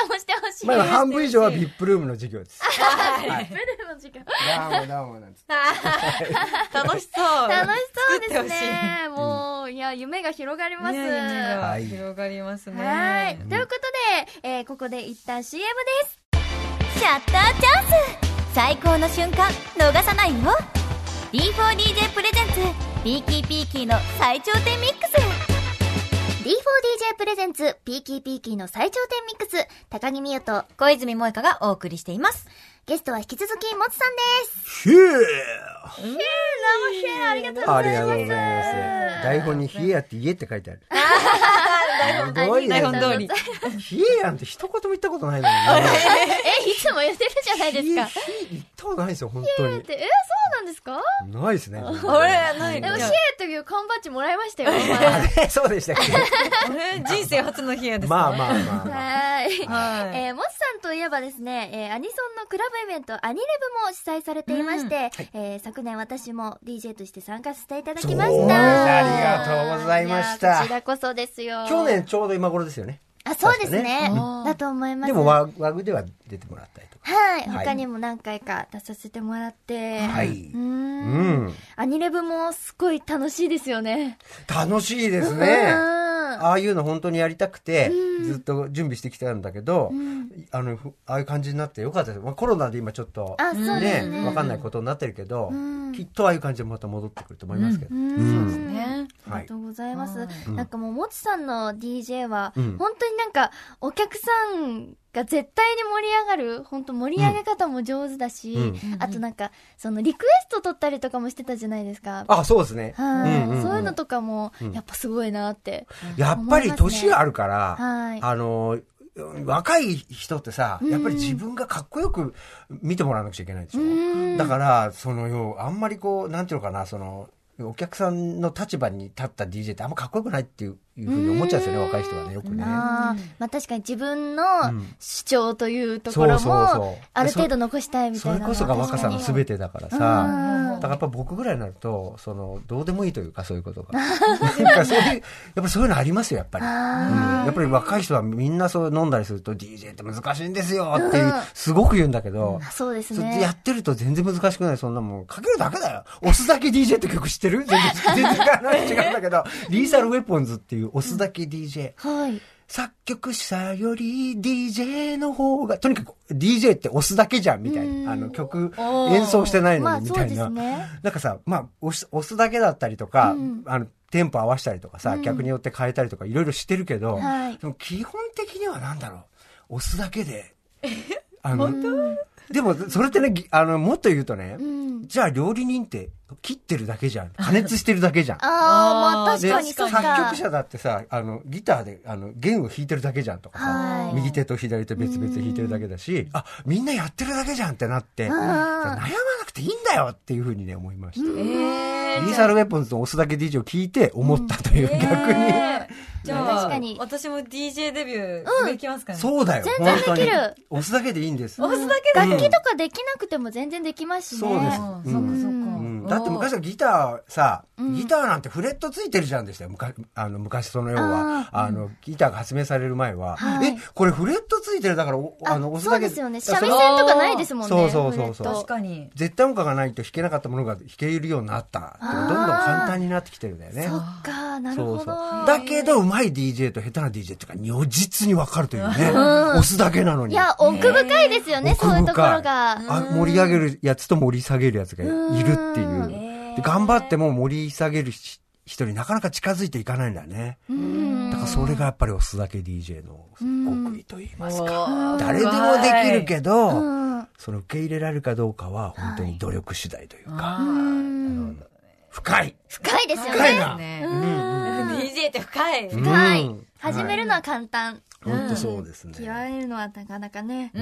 [SPEAKER 2] もしてほしい。
[SPEAKER 4] まあ
[SPEAKER 2] ラ
[SPEAKER 4] 半分以上は VIP ルームの授 業です。
[SPEAKER 2] ップの授業。
[SPEAKER 4] どうもどうもなんつって。
[SPEAKER 3] 楽しそう
[SPEAKER 2] 楽しそうです
[SPEAKER 3] 作ってほしい
[SPEAKER 2] ね。もう、いや、夢が広がります。
[SPEAKER 3] ね夢
[SPEAKER 2] は
[SPEAKER 3] が
[SPEAKER 4] はい
[SPEAKER 3] 広がりますね。
[SPEAKER 2] い。ということで、えーここで一旦 CM です。
[SPEAKER 5] シャッターチャンス最高の瞬間逃さないよ D4DJ プレゼンツピーキーピーキーの最頂点ミックス
[SPEAKER 2] D4DJ プレゼンツ、ピーキーピーキーの最頂点ミックス、高木美優と、
[SPEAKER 5] 小泉萌香がお送りしています
[SPEAKER 2] ゲストは引き続き、もつさんです。
[SPEAKER 4] ヒュー
[SPEAKER 2] シェアありがとうござ
[SPEAKER 4] あり
[SPEAKER 2] い
[SPEAKER 4] がと
[SPEAKER 2] ます。
[SPEAKER 4] うございます。台本に冷えやって家って書いてある。すごいね。
[SPEAKER 3] 台本通り。
[SPEAKER 4] 冷えやんって一言も言ったことないのにね。
[SPEAKER 2] え、いつも言ってるじゃない
[SPEAKER 4] 冷え、
[SPEAKER 2] で
[SPEAKER 4] 冷
[SPEAKER 2] す
[SPEAKER 4] え
[SPEAKER 2] か。
[SPEAKER 4] 言ったことないですよ、本当
[SPEAKER 2] え
[SPEAKER 4] に
[SPEAKER 2] っ。てえ、そうなんですか
[SPEAKER 4] ないですね。
[SPEAKER 3] あれない
[SPEAKER 2] でも、
[SPEAKER 3] じ
[SPEAKER 2] シ
[SPEAKER 3] ゃ
[SPEAKER 2] ェ
[SPEAKER 3] あ
[SPEAKER 2] イという缶バッジもらいま したよ。は
[SPEAKER 4] えそうでしたっけ
[SPEAKER 3] あれ人生初の日やですか。
[SPEAKER 4] まあまあまあまあ。
[SPEAKER 3] は
[SPEAKER 2] い。
[SPEAKER 3] い。
[SPEAKER 2] えー、モスさんといえばですね、えーアニソンのクラブイベント、アニレブも主催されていまして、えー昨年私も DJ として参加していただきました。
[SPEAKER 4] そうありがとうございました
[SPEAKER 2] やこちらこそですよ。
[SPEAKER 4] 去年ちょうど今頃ですよね。
[SPEAKER 2] あ、そうですね。
[SPEAKER 3] うん
[SPEAKER 2] だと思います。
[SPEAKER 4] でもワワグでは出てもらったりとか。
[SPEAKER 2] はい。
[SPEAKER 4] はい
[SPEAKER 2] 他にも何回か出させてもらって。
[SPEAKER 4] はい。
[SPEAKER 2] うー。
[SPEAKER 4] うんん。
[SPEAKER 2] アニレブもすごい楽しいですよね。
[SPEAKER 4] 楽しいです
[SPEAKER 2] う
[SPEAKER 4] ね。
[SPEAKER 2] ん。
[SPEAKER 4] ああいうの本当にやりたくて、ずっと準備してきたんだけど、あの、ふああいう感じになってよかったです。まあ、コロナで今ちょっと、
[SPEAKER 2] あそうですね
[SPEAKER 4] わかんないことになってるけど、
[SPEAKER 2] ん
[SPEAKER 4] きっとああいう感じでまた戻ってくると思いますけど。
[SPEAKER 2] うん。
[SPEAKER 3] ね。
[SPEAKER 2] ありがとうございます。
[SPEAKER 3] はい
[SPEAKER 2] なんかもう、もちさんの DJ は、
[SPEAKER 4] うん
[SPEAKER 2] 本当になんか、お客さんが絶対に盛り上がる、本当盛り上げ方も上手だし、
[SPEAKER 4] う
[SPEAKER 2] あとなんか、そのリクエスト取ったりとかもしてたじゃないですか。
[SPEAKER 4] あ、そうですね。
[SPEAKER 2] はい、
[SPEAKER 4] うんうんうん
[SPEAKER 2] そういうのとかも、
[SPEAKER 4] ん
[SPEAKER 2] やっぱすごいなって。
[SPEAKER 4] やっぱり年があるから、
[SPEAKER 2] はい
[SPEAKER 4] あの、若い人ってさ、やっぱり自分がかっこよく見てもらわなくちゃいけないでしょ。だから、そのよ、あんまりこう、なんていうのかな、その、お客さんの立場に立った DJ ってあんまかっこよくないっていういうふうに思っちゃうんですよね、若い人はね、よくね。
[SPEAKER 2] あーまあ確かに自分の
[SPEAKER 4] ん
[SPEAKER 2] 主張というところ
[SPEAKER 4] そうそうそう
[SPEAKER 2] も、ある程度残したいみた
[SPEAKER 4] そ
[SPEAKER 2] い
[SPEAKER 4] れ
[SPEAKER 2] なの
[SPEAKER 4] こ
[SPEAKER 2] は
[SPEAKER 4] そが若さの
[SPEAKER 2] 確か
[SPEAKER 4] 全てだからさ、だからやっぱ僕ぐらいになると、その、どうでもいいというか、そういうことが。やっぱそういう、やっぱそういうのありますよ、やっぱり。うんやっぱり若い人はみんなそう飲んだりすると、DJ って難しいんですよっていう、すごく言うんだけど
[SPEAKER 2] に。、そうです
[SPEAKER 4] それで
[SPEAKER 2] ね。
[SPEAKER 4] やってると全然難しくない、そんなもん。かけるだけだよ。押すだけ DJ って曲知ってる全然、全然話違うんだけど、リーサルウェポンズっていう押すだけ DJ。
[SPEAKER 2] はい。
[SPEAKER 4] 作曲者より DJ の方が、とにかく DJ って押すだけじゃん、みたいな。あの曲
[SPEAKER 3] おー
[SPEAKER 4] 演奏してない
[SPEAKER 2] ま
[SPEAKER 4] の
[SPEAKER 2] あ
[SPEAKER 4] に、み
[SPEAKER 2] そう
[SPEAKER 4] たい
[SPEAKER 2] で
[SPEAKER 4] な。
[SPEAKER 2] すね。
[SPEAKER 4] なんかさ、まあ押す、押すだけだったりとか、あの、テンポ合わせたりとかさ、逆によって変えたりとかいろいろしてるけど、
[SPEAKER 2] はい
[SPEAKER 4] でも基本的にはなんだろう、押すだけで。あの、でも、それってね、ぎあの、もっと言うとね、
[SPEAKER 2] ん
[SPEAKER 4] じゃあ料理人って切ってるだけじゃん。加熱してるだけじゃ
[SPEAKER 2] あ
[SPEAKER 4] ん。
[SPEAKER 2] あ、まあ
[SPEAKER 3] あー
[SPEAKER 2] 確
[SPEAKER 4] で
[SPEAKER 2] かにそうか。
[SPEAKER 4] 作曲者だってさあのギターであの弦を弾いてるだけじゃんとか
[SPEAKER 2] は
[SPEAKER 4] さ
[SPEAKER 2] い
[SPEAKER 4] 右手と左手別々弾いてるだけだしあみんなやってるだけじゃんってなって悩まなくていいんだよっていうふうにね思いました。
[SPEAKER 3] え
[SPEAKER 4] リーサルウェポンズの押すだけ DJ を聞いて思ったという、逆に、
[SPEAKER 3] えじゃあ
[SPEAKER 2] 確かに
[SPEAKER 3] 私も DJ デビューできますかね。
[SPEAKER 4] そうだよ
[SPEAKER 2] 全然
[SPEAKER 4] 本当に
[SPEAKER 2] できる
[SPEAKER 4] 押すだけでいいんです
[SPEAKER 3] 押すだけで。
[SPEAKER 2] 楽器とかできなくても全然できますしね。
[SPEAKER 4] そうで
[SPEAKER 3] うん
[SPEAKER 4] す
[SPEAKER 3] そうかそううか
[SPEAKER 4] んだって昔はギターさギターなんてフレットついてるじゃんでしたよ。昔、あの、昔その要は、あの、ギターが発明される前は、
[SPEAKER 2] はい
[SPEAKER 4] え、これフレットついてるだから、おあの、押す
[SPEAKER 2] そう
[SPEAKER 4] だけ
[SPEAKER 2] ですよね。
[SPEAKER 4] だか
[SPEAKER 2] 三味
[SPEAKER 4] らその
[SPEAKER 2] 線とかないですもんね。
[SPEAKER 4] そうそうそう
[SPEAKER 2] フ
[SPEAKER 4] そう
[SPEAKER 2] レット
[SPEAKER 3] 確かに。
[SPEAKER 4] 絶対音感がないと弾けなかったものが弾けるようになったっていうどんどん簡単になってきてるんだよね。
[SPEAKER 2] そっか、なるほど。
[SPEAKER 4] だけど、うまい DJ と下手な DJ っていうか、如実にわかるというね。押すだけなのに。
[SPEAKER 2] いや、奥深いですよね、
[SPEAKER 4] 奥
[SPEAKER 2] そう
[SPEAKER 4] 深
[SPEAKER 2] いうところが。
[SPEAKER 4] あ盛り上げるやつと盛り下げるやつがいるっていうう。で頑張っても盛り下げるし人になかなか近づいていかないんだよね。
[SPEAKER 2] うん
[SPEAKER 4] だからそれがやっぱり押すだけ DJ の極意と言いますか。
[SPEAKER 3] おー
[SPEAKER 4] 誰でもできるけど、
[SPEAKER 2] うん
[SPEAKER 4] その受け入れられるかどうかは本当に努力次第というか、
[SPEAKER 2] うん
[SPEAKER 4] 深い
[SPEAKER 2] 深いですよ
[SPEAKER 4] 深い
[SPEAKER 2] ね。
[SPEAKER 4] な、
[SPEAKER 3] ね
[SPEAKER 2] う。
[SPEAKER 4] うん
[SPEAKER 2] ん
[SPEAKER 4] うん
[SPEAKER 3] DJ って深い。
[SPEAKER 2] は
[SPEAKER 4] う
[SPEAKER 2] い
[SPEAKER 4] ん。
[SPEAKER 2] 始めるのは簡単。
[SPEAKER 4] 本当そうですね。
[SPEAKER 2] 極めるのはなかなかね。
[SPEAKER 3] う
[SPEAKER 4] う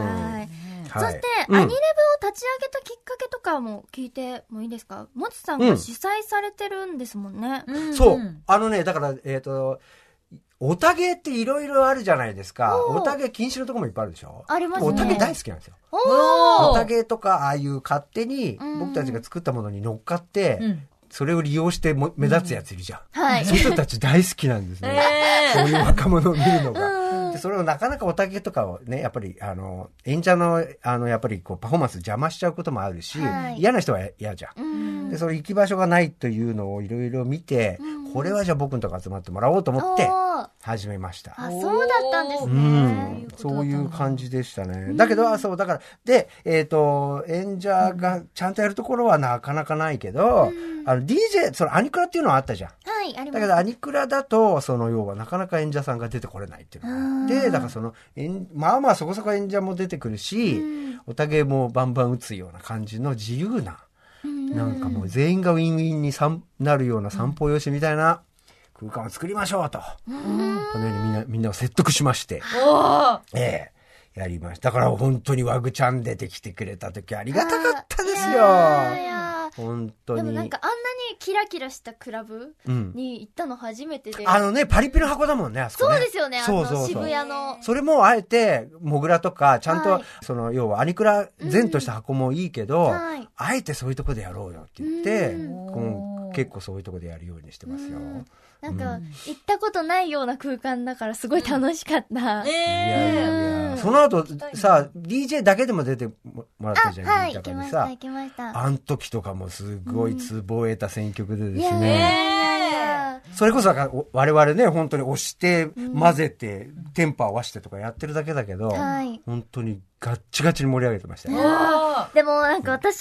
[SPEAKER 3] ん。
[SPEAKER 2] はい。そ
[SPEAKER 4] はい
[SPEAKER 2] して、
[SPEAKER 4] うん
[SPEAKER 2] アニレブを立ち上げたきっかけとかも聞いてもいいですかもつさん
[SPEAKER 4] う
[SPEAKER 2] が
[SPEAKER 4] ん
[SPEAKER 2] 主催されてるんですもんね。
[SPEAKER 3] うん
[SPEAKER 4] そう。あのね、だから、えっ、と、おたげっていろいろあるじゃないですか。
[SPEAKER 2] おー
[SPEAKER 4] おたげ禁止のとこもいっぱいあるでしょ
[SPEAKER 2] ありますね
[SPEAKER 4] おたげ大好きなんですよ。
[SPEAKER 2] お
[SPEAKER 3] おー
[SPEAKER 4] おたげとか、ああいう勝手に
[SPEAKER 2] うん
[SPEAKER 4] 僕たちが作ったものに乗っかって、
[SPEAKER 3] うん
[SPEAKER 4] それを利用しても目立つやついるじゃん。
[SPEAKER 2] はい
[SPEAKER 4] そういう人たち大好きなんですね。
[SPEAKER 3] え
[SPEAKER 4] そういう若者を見るの
[SPEAKER 2] う
[SPEAKER 4] が。で、それをなかなかおたけとかをね、やっぱり、あの、演者の、あの、やっぱりこう、パフォーマンス邪魔しちゃうこともあるし、
[SPEAKER 2] はい
[SPEAKER 4] 嫌な人は嫌じゃん。
[SPEAKER 2] うん
[SPEAKER 4] で、その行き場所がないというのをいろいろ見て、これはじゃあ僕のとこ集まってもらおうと
[SPEAKER 2] お
[SPEAKER 4] 思って、
[SPEAKER 2] ー
[SPEAKER 4] 始めました。
[SPEAKER 2] あ、そうだったんです
[SPEAKER 4] う
[SPEAKER 2] ね
[SPEAKER 4] ん。、そういう感じでしたね。だけど、あそう、だから、で、えっ、と、演者がちゃんとやるところはなかなかないけど、あの、DJ、その、アニクラっていうのはあったじゃん。
[SPEAKER 2] はい、あります
[SPEAKER 4] だけ。ど、アニクラだと、その要はなかなか演者さんが出てこれないっていうのがあって、だからその、演まあまあそこそこ演者も出てくるし、おたげもバンバン打つような感じの自由な、なんかもう全員がウィンウィンにさんなるような散歩用紙みたいな空間を作りましょうと、このようにみんなみんなを説得しまして、
[SPEAKER 3] お
[SPEAKER 4] ええやりました。だから本当にワグちゃん出てきてくれた時ありがたかったです
[SPEAKER 2] あーい
[SPEAKER 4] よ。
[SPEAKER 2] や
[SPEAKER 4] 本
[SPEAKER 2] ー
[SPEAKER 4] 当
[SPEAKER 2] で
[SPEAKER 4] に。
[SPEAKER 2] もなんかあんなにキラキラしたクラブ
[SPEAKER 4] うん
[SPEAKER 2] に行ったの初めてで。
[SPEAKER 4] あのね、パリピの箱だもんね、あそこ、ね。
[SPEAKER 2] そうですよね、あ
[SPEAKER 4] そうそうそ
[SPEAKER 2] の
[SPEAKER 4] う
[SPEAKER 2] 渋谷の。
[SPEAKER 4] それもあえて、モグラとか、ちゃんと、
[SPEAKER 2] はい
[SPEAKER 4] その、要は、アニクラ全とした箱もいいけど、
[SPEAKER 2] はい
[SPEAKER 4] あえてそういうとこでやろうよって言って、
[SPEAKER 2] うん
[SPEAKER 4] こう結構そういうとこでやるようにしてますよ。
[SPEAKER 2] うんなんか、行ったことないような空間だからすごい楽しかった。
[SPEAKER 3] ー。
[SPEAKER 4] い
[SPEAKER 3] え
[SPEAKER 4] やいやいや、その後、さ、DJ だけでも出てもらった
[SPEAKER 2] あ、
[SPEAKER 4] じゃん、
[SPEAKER 2] はい、
[SPEAKER 4] 豊
[SPEAKER 2] 行き
[SPEAKER 4] か
[SPEAKER 2] ま
[SPEAKER 4] に
[SPEAKER 2] した、
[SPEAKER 4] さ
[SPEAKER 2] 行。きました。
[SPEAKER 4] あん時とかもすごいツボを得た選曲でです
[SPEAKER 2] い
[SPEAKER 4] ね。
[SPEAKER 3] え
[SPEAKER 4] それこそだからお我々ね、本当に押して、混ぜて、テンポ合わせてとかやってるだけだけど、
[SPEAKER 2] はい
[SPEAKER 4] 本当にガッチガチに盛り上げてましたよ。
[SPEAKER 3] ー。
[SPEAKER 2] でもなんか私、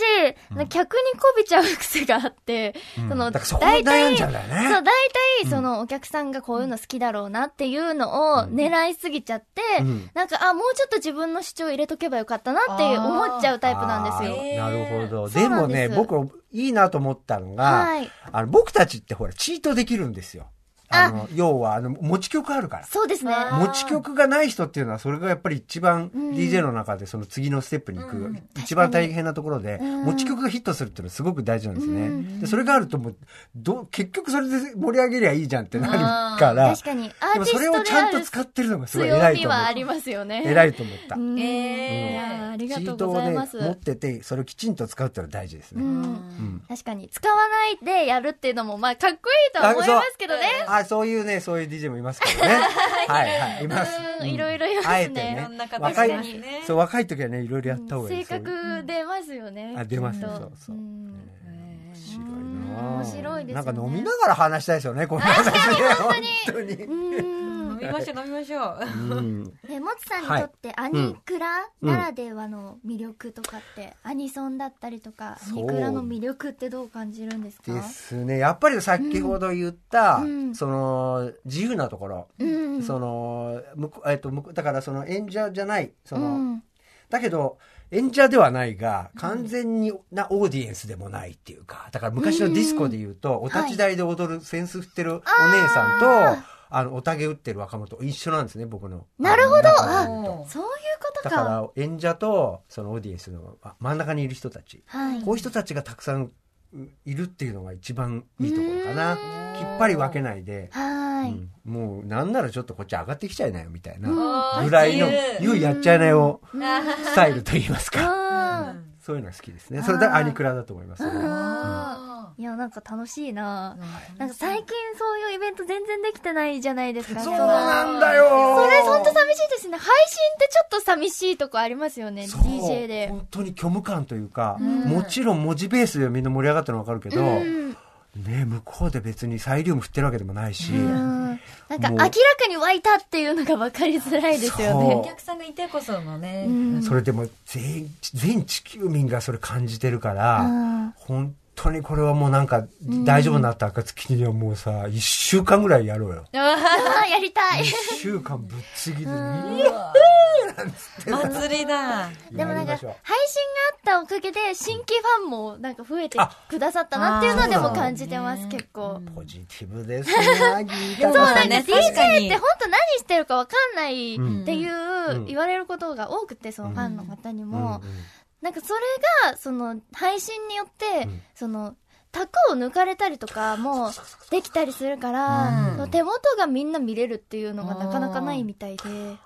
[SPEAKER 2] 客にこびちゃう癖があって、その、
[SPEAKER 4] だからそこが悩んじゃうんだよ
[SPEAKER 2] そう、大
[SPEAKER 4] ね。
[SPEAKER 2] 体、その、お客さんがこういうの好きだろうなっていうのを狙いすぎちゃって、
[SPEAKER 4] うん
[SPEAKER 2] なんか、あ、もうちょっと自分の主張入れとけばよかったなって思っちゃうタイプなんです
[SPEAKER 4] あ
[SPEAKER 2] よ。
[SPEAKER 4] ーなるほど。
[SPEAKER 2] そ
[SPEAKER 4] で
[SPEAKER 2] うな
[SPEAKER 4] も
[SPEAKER 2] んで
[SPEAKER 4] ね、
[SPEAKER 2] す
[SPEAKER 4] 僕、いいなと思ったのが、
[SPEAKER 2] はい
[SPEAKER 4] あの僕たちってほら、チートできるんですよ。あの、要は、あの、持ち曲あるから。
[SPEAKER 2] そうですね。
[SPEAKER 3] あー
[SPEAKER 4] 持ち曲がない人っていうのは、それがやっぱり一番 DJ の中でその次のステップに行く、一番大変なところで、持ち曲がヒットするっていうのはすごく大事なんですね。でそれがあるともうどう、結局それで盛り上げりゃいいじゃんってなるから、
[SPEAKER 2] 確かに、アー
[SPEAKER 4] でも
[SPEAKER 2] ティ
[SPEAKER 4] それ
[SPEAKER 2] ス
[SPEAKER 4] を
[SPEAKER 2] ト
[SPEAKER 4] ち
[SPEAKER 2] で
[SPEAKER 4] ゃ
[SPEAKER 2] あ
[SPEAKER 4] んと
[SPEAKER 2] る
[SPEAKER 4] 使ってるのがすごい偉
[SPEAKER 2] 強
[SPEAKER 4] い
[SPEAKER 2] み
[SPEAKER 4] と思
[SPEAKER 2] はあ
[SPEAKER 4] う。
[SPEAKER 2] りますよね。
[SPEAKER 4] 偉いと思った。
[SPEAKER 2] うん
[SPEAKER 3] え
[SPEAKER 2] いや
[SPEAKER 3] え
[SPEAKER 2] ーありが
[SPEAKER 4] チ
[SPEAKER 2] と
[SPEAKER 4] ー
[SPEAKER 2] う
[SPEAKER 4] ト
[SPEAKER 2] ご
[SPEAKER 4] を
[SPEAKER 2] ざい
[SPEAKER 4] ね
[SPEAKER 2] ます。
[SPEAKER 4] 持っててそれをきちんと使うってのは大事ですね、
[SPEAKER 2] うん確かに使わないでやるっていうのもまあかっこいいとは思いますけどね。
[SPEAKER 4] あそういうねそういう DJ もいますからねはいはいいます
[SPEAKER 2] うんいろいろいます
[SPEAKER 4] あえて
[SPEAKER 2] ね
[SPEAKER 4] ね
[SPEAKER 3] ろんな方
[SPEAKER 4] 若い
[SPEAKER 3] いますね
[SPEAKER 4] そう若い時はねいろいろやった方がいい
[SPEAKER 2] 性
[SPEAKER 4] そういう
[SPEAKER 2] 格出ますよね。
[SPEAKER 4] あ出ます
[SPEAKER 2] きっ
[SPEAKER 4] ね
[SPEAKER 2] と
[SPEAKER 4] そうそう、
[SPEAKER 2] ん
[SPEAKER 4] 面白いなあ
[SPEAKER 2] 面白いですよね
[SPEAKER 4] なんか飲みながら話したいですよねこんな話ね本当に
[SPEAKER 2] うん。
[SPEAKER 3] 飲みましょう飲みましょう。
[SPEAKER 4] うん
[SPEAKER 2] えもつさんにとってアニクラならではの魅力とかって、アニソンだったりとか、ア
[SPEAKER 4] そう
[SPEAKER 2] ニクラの魅力ってどう感じるんですか
[SPEAKER 4] ですねやっぱり先ほど言った、
[SPEAKER 2] うん
[SPEAKER 4] その自由なところ、
[SPEAKER 2] うん。
[SPEAKER 4] その向こうえっと向こうだからその演者じゃないそうの、
[SPEAKER 2] ん。
[SPEAKER 4] だけど、演者ではないが、完全になオーディエンスでもないっていうか、だから昔のディスコで言うと、お立ち台で踊る、センス振ってるお姉さんと、あの、おたげ打ってる若者と一緒なんですね、僕の。
[SPEAKER 2] なるほど
[SPEAKER 4] あの中で言うと
[SPEAKER 2] そういうこと
[SPEAKER 4] だ
[SPEAKER 2] か。
[SPEAKER 4] から、演者と、そのオーディエンスのあ真ん中にいる人たち。
[SPEAKER 2] はい。
[SPEAKER 4] こういう人たちがたくさんういるっていうのが一番いいところかな。きっぱり分けないで、
[SPEAKER 2] はい。
[SPEAKER 4] うんもう、なんならちょっとこっち上がってきちゃいなよ、みたいな。
[SPEAKER 3] うん
[SPEAKER 4] ぐらいの
[SPEAKER 3] 自、由
[SPEAKER 4] 言うやっちゃいなよ、スタイルと言いますか。
[SPEAKER 2] うん
[SPEAKER 4] そういうのが好きですね。それでアニクラだと思いますね。
[SPEAKER 2] うん
[SPEAKER 3] あ
[SPEAKER 2] いや、なんか楽しいななんか最近そういうイベント全然できてないじゃないですか。
[SPEAKER 4] そうなんだよ
[SPEAKER 2] それほんと寂しいですね。配信ってちょっと寂しいとこありますよね、
[SPEAKER 4] そう
[SPEAKER 2] DJ で。
[SPEAKER 4] 本当に虚無感というか、
[SPEAKER 2] ん
[SPEAKER 4] もちろん文字ベースでみんな盛り上がったのわかるけど、
[SPEAKER 2] うん。
[SPEAKER 4] ね向こうで別にサイリウム振ってるわけでもないし、
[SPEAKER 2] うんなんか明
[SPEAKER 4] もう
[SPEAKER 2] らかに湧いたっていうのが分かりづらいですよ
[SPEAKER 4] そう
[SPEAKER 2] ね。
[SPEAKER 3] お客さんがいてこそのね、
[SPEAKER 2] うん
[SPEAKER 4] それでも全員全地球民がそれ感じてるから、
[SPEAKER 2] うん
[SPEAKER 4] 本当にこれはもうなんか大丈夫になった暁にはもうさ1週間ぐらいや ろうよ
[SPEAKER 2] あーやりたい
[SPEAKER 4] 1 。週間ぶっちぎりに
[SPEAKER 3] 祭りだ
[SPEAKER 2] でもなんか、配
[SPEAKER 4] やりまし
[SPEAKER 2] 信
[SPEAKER 4] ょ
[SPEAKER 2] が
[SPEAKER 4] う
[SPEAKER 2] あったおかげで、新規ファンもなんか増えてくださったなっていうのでも感じてます、結構。
[SPEAKER 4] ポジティブですなギー
[SPEAKER 2] そ
[SPEAKER 4] タ
[SPEAKER 2] う
[SPEAKER 4] さん
[SPEAKER 2] なん
[SPEAKER 3] そう
[SPEAKER 2] か
[SPEAKER 3] だね確か
[SPEAKER 2] DJ
[SPEAKER 3] に
[SPEAKER 2] って本当何してるかわかんないっていううん言われることが多くてそのファンの方にも
[SPEAKER 4] うんうん
[SPEAKER 2] なんかそれがその配信によって
[SPEAKER 4] うん
[SPEAKER 2] そのタコを抜かれたりとかもできたりするから
[SPEAKER 4] うん
[SPEAKER 2] その手元がみんな見れるっていうのがなかなかないみたいで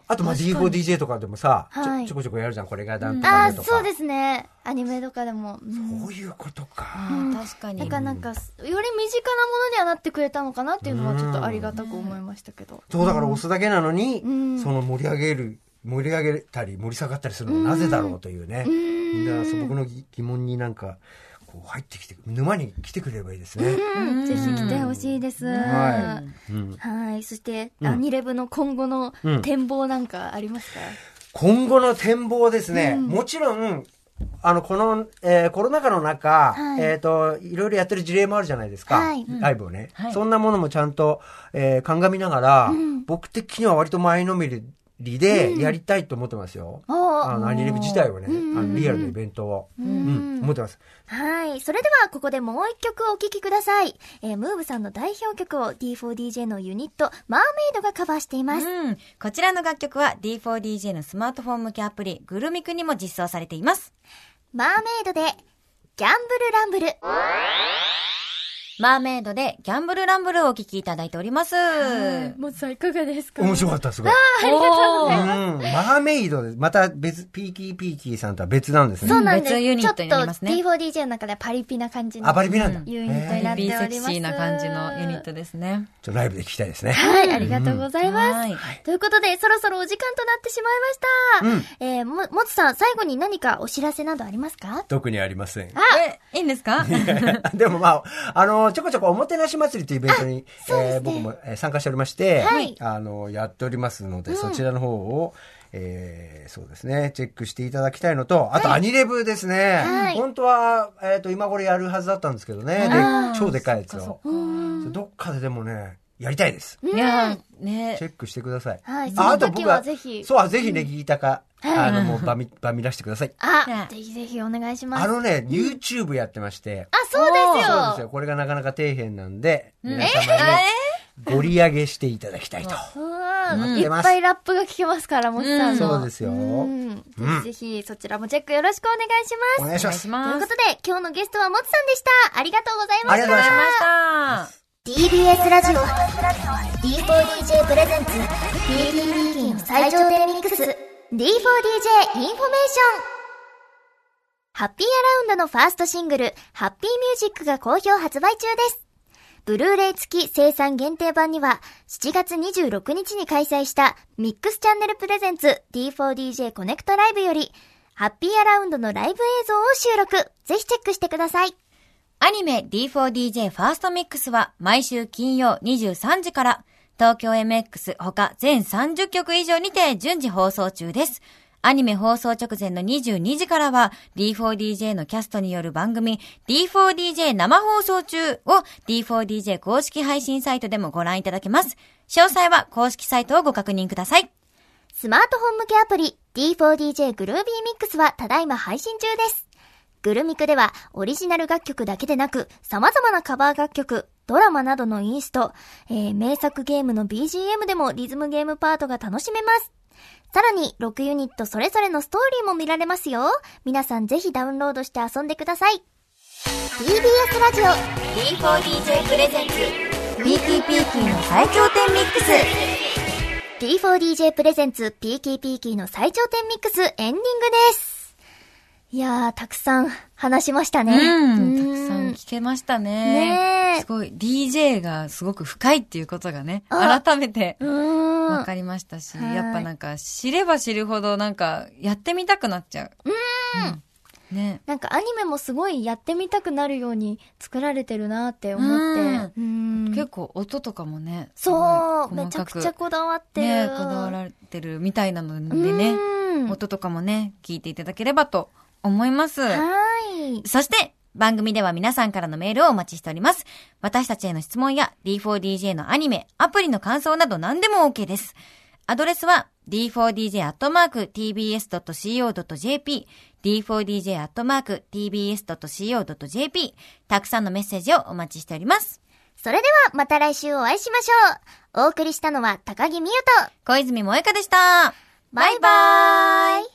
[SPEAKER 4] あとまあ D4DJ とかでもさ、ちょ
[SPEAKER 2] はい
[SPEAKER 4] ちょこちょこやるじゃんこれがなんと
[SPEAKER 2] あ
[SPEAKER 4] か
[SPEAKER 2] あ
[SPEAKER 4] だとか、
[SPEAKER 2] そうですねアニメとかでもうん
[SPEAKER 4] こういうことか、
[SPEAKER 2] うん
[SPEAKER 3] 確か
[SPEAKER 2] だ
[SPEAKER 3] に
[SPEAKER 2] からなんかより身近なものにはなってくれたのかなっていうのはちょっとありがたく思いましたけど
[SPEAKER 4] そうだから押すだけなのに、
[SPEAKER 2] ん
[SPEAKER 4] その盛り上げる盛り上げたり盛り下がったりするのはなぜだろうというね、みんな素朴の疑問になんかこう入ってきて沼に来てくれればいいですね、
[SPEAKER 2] うんぜひ来てほしいです
[SPEAKER 4] はうん
[SPEAKER 2] はい。そして、
[SPEAKER 4] うん
[SPEAKER 2] アニレブの今後の
[SPEAKER 4] うん
[SPEAKER 2] 展望なんかありますか、
[SPEAKER 4] 今後の展望ですね、もちろんあのこの、えーコロナ禍の中、
[SPEAKER 2] はい
[SPEAKER 4] えっ、といろいろやってる事例もあるじゃないですか、
[SPEAKER 2] はい
[SPEAKER 4] ライブをね、
[SPEAKER 3] はい
[SPEAKER 4] そんなものもちゃんと、えー鑑みながら、僕的には割と前のめりでやりたいと思ってますよ、
[SPEAKER 2] おー
[SPEAKER 4] あのアニレブ自体はね、あのリアルのイベントを、うん思ってます。
[SPEAKER 2] はい。それでは、ここでもう一曲お聴きください。えー、ムーブさんの代表曲を D4DJ のユニット、マーメイドがカバーしています。
[SPEAKER 3] うん、こちらの楽曲は D4DJ のスマートフォン向けアプリグルミクにも実装されています
[SPEAKER 2] マーメイドで、ギャンブルランブル。
[SPEAKER 3] マーメイドでギャンブルランブルをお聞きいただいております。あ
[SPEAKER 2] もつさんいかがです
[SPEAKER 4] 面白かった、すごい。
[SPEAKER 3] りがとうご
[SPEAKER 4] うん、
[SPEAKER 3] ざ
[SPEAKER 4] マーメイドで、また別、ピーキーピーキーさんとは別なんです
[SPEAKER 2] そう
[SPEAKER 4] ね。
[SPEAKER 2] なんです。
[SPEAKER 3] 別ユニ
[SPEAKER 2] ちょ
[SPEAKER 3] ッ
[SPEAKER 2] っと
[SPEAKER 3] トになりますね
[SPEAKER 2] D4DJ の中でパリピな感じの
[SPEAKER 4] あ、バリピなんだ。
[SPEAKER 2] ユニットになっております。
[SPEAKER 3] ですね。
[SPEAKER 4] ちょっとライブで聞きたいですね。
[SPEAKER 2] はい、ありがとうございます。
[SPEAKER 3] はい
[SPEAKER 2] ということで、そろそろお時間となってしまいました。えーも、もつさん、最後に何かお知らせなどありますか
[SPEAKER 4] 特にありません。
[SPEAKER 3] え、いいんですか
[SPEAKER 4] でもまあ、あの、ちょこちょこおもてなし祭りというイベントに、えー僕もえー参加しておりまして、
[SPEAKER 2] はい
[SPEAKER 4] あの、やっておりますので、そちらの方を、えーそうですね、チェックしていただきたいのと、あとアニレブですね。
[SPEAKER 2] はい
[SPEAKER 4] 本当は、えっ、と、今頃やるはずだったんですけどね、で超でかいやつを。どっかででもね、やりたいです。
[SPEAKER 3] いや、ね
[SPEAKER 4] チェックしてください。
[SPEAKER 2] はい
[SPEAKER 4] あ
[SPEAKER 2] その
[SPEAKER 4] あと
[SPEAKER 2] 時
[SPEAKER 4] 僕
[SPEAKER 2] はぜひ
[SPEAKER 4] そう、あぜひね、ギータか、あの、もうばみ、ばみ出してください。
[SPEAKER 2] あ
[SPEAKER 3] ね、
[SPEAKER 2] ぜひぜひお願いします。
[SPEAKER 4] あ
[SPEAKER 2] あ、
[SPEAKER 4] のね、YouTube やってまして。
[SPEAKER 2] そうです
[SPEAKER 4] そうです
[SPEAKER 2] よ。
[SPEAKER 4] よ。これがなかなか底辺なんで、皆様にご利上げしていただきたいと。
[SPEAKER 2] うん
[SPEAKER 4] 待っ
[SPEAKER 2] い
[SPEAKER 4] て
[SPEAKER 2] っ
[SPEAKER 4] ます
[SPEAKER 2] ぱいラップが聞けますから、もつさんの。
[SPEAKER 4] そうです
[SPEAKER 2] う
[SPEAKER 4] よ。お
[SPEAKER 2] ん。ぜひぜひ、そちらもチェックよろしくお願いします。
[SPEAKER 4] 願いし
[SPEAKER 3] お
[SPEAKER 4] ま
[SPEAKER 3] 願いし。ます。
[SPEAKER 2] というこ
[SPEAKER 4] す
[SPEAKER 2] とで、今日のゲストはもつさんでした。ありがとうございま
[SPEAKER 4] あり
[SPEAKER 2] し
[SPEAKER 4] がとうござ
[SPEAKER 3] あ
[SPEAKER 4] い
[SPEAKER 3] り
[SPEAKER 4] ま
[SPEAKER 3] が
[SPEAKER 4] す。
[SPEAKER 3] とうございました。
[SPEAKER 5] TBS ラジオ D4DJ プレゼンツ BTBT の最頂点ミックス
[SPEAKER 2] D4DJ インフォメーションハッピーアラウンドのファーストシングル、ハッピーミュージックが好評発売中です。ブルーレイ付き生産限定版には、7月26日に開催したミックスチャンネルプレゼンツ D4DJ コネクトライブより、ハッピーアラウンドのライブ映像を収録。ぜひチェックしてください。
[SPEAKER 3] アニメ D4DJ ファーストミックスは毎週金曜23時から東京 MX 他全30曲以上にて順次放送中です。アニメ放送直前の22時からは D4DJ のキャストによる番組 D4DJ 生放送中を D4DJ 公式配信サイトでもご覧いただけます。詳細は公式サイトをご確認ください。
[SPEAKER 2] スマートフォン向けアプリ D4DJ グルービーミックスはただいま配信中です。グルミクではオリジナル楽曲だけでなく様々なカバー楽曲、ドラマなどのインスト、えー名作ゲームの BGM でもリズムゲームパートが楽しめます。さらに6ユニットそれぞれのストーリーも見られますよ。皆さんぜひダウンロードして遊んでください。TBS ラジオ
[SPEAKER 5] D4DJ プレゼンツ
[SPEAKER 3] PTPT の最強点ミックス
[SPEAKER 2] D4DJ プレゼンツピーキーピーキーの最頂点ミックスエンディングです。いやー、たくさん話しましたね。
[SPEAKER 3] うん、たくさん聞けましたね。
[SPEAKER 2] ねえ
[SPEAKER 3] すごい、DJ がすごく深いっていうことがね、
[SPEAKER 2] あ
[SPEAKER 3] 改めて
[SPEAKER 2] う
[SPEAKER 3] 分
[SPEAKER 2] ん。
[SPEAKER 3] かりましたし、
[SPEAKER 2] はい
[SPEAKER 3] やっぱなんか知れば知るほどなんかやってみたくなっちゃう。うん。ね。
[SPEAKER 2] なんかアニメもすごいやってみたくなるように作られてるなって思って。うん
[SPEAKER 3] 結構音とかもね、すごい
[SPEAKER 2] そう、め
[SPEAKER 3] 細
[SPEAKER 2] ち
[SPEAKER 3] か
[SPEAKER 2] ゃく
[SPEAKER 3] く
[SPEAKER 2] ちゃこだわってる。
[SPEAKER 3] ね、こだわられてるみたいなのでね、
[SPEAKER 2] うん
[SPEAKER 3] 音とかもね、聞いていただければと思います。
[SPEAKER 2] はーい。
[SPEAKER 3] そして、番組では皆さんからのメールをお待ちしております。私たちへの質問や D4DJ のアニメ、アプリの感想など何でも OK です。アドレスは d4dj.tbs.co.jp d4dj.tbs.co.jp たくさんのメッセージをお待ちしております。
[SPEAKER 5] それではまた来週お会いしましょうお送りしたのは高木美優と
[SPEAKER 3] 小泉萌香でした。
[SPEAKER 5] バイバーイ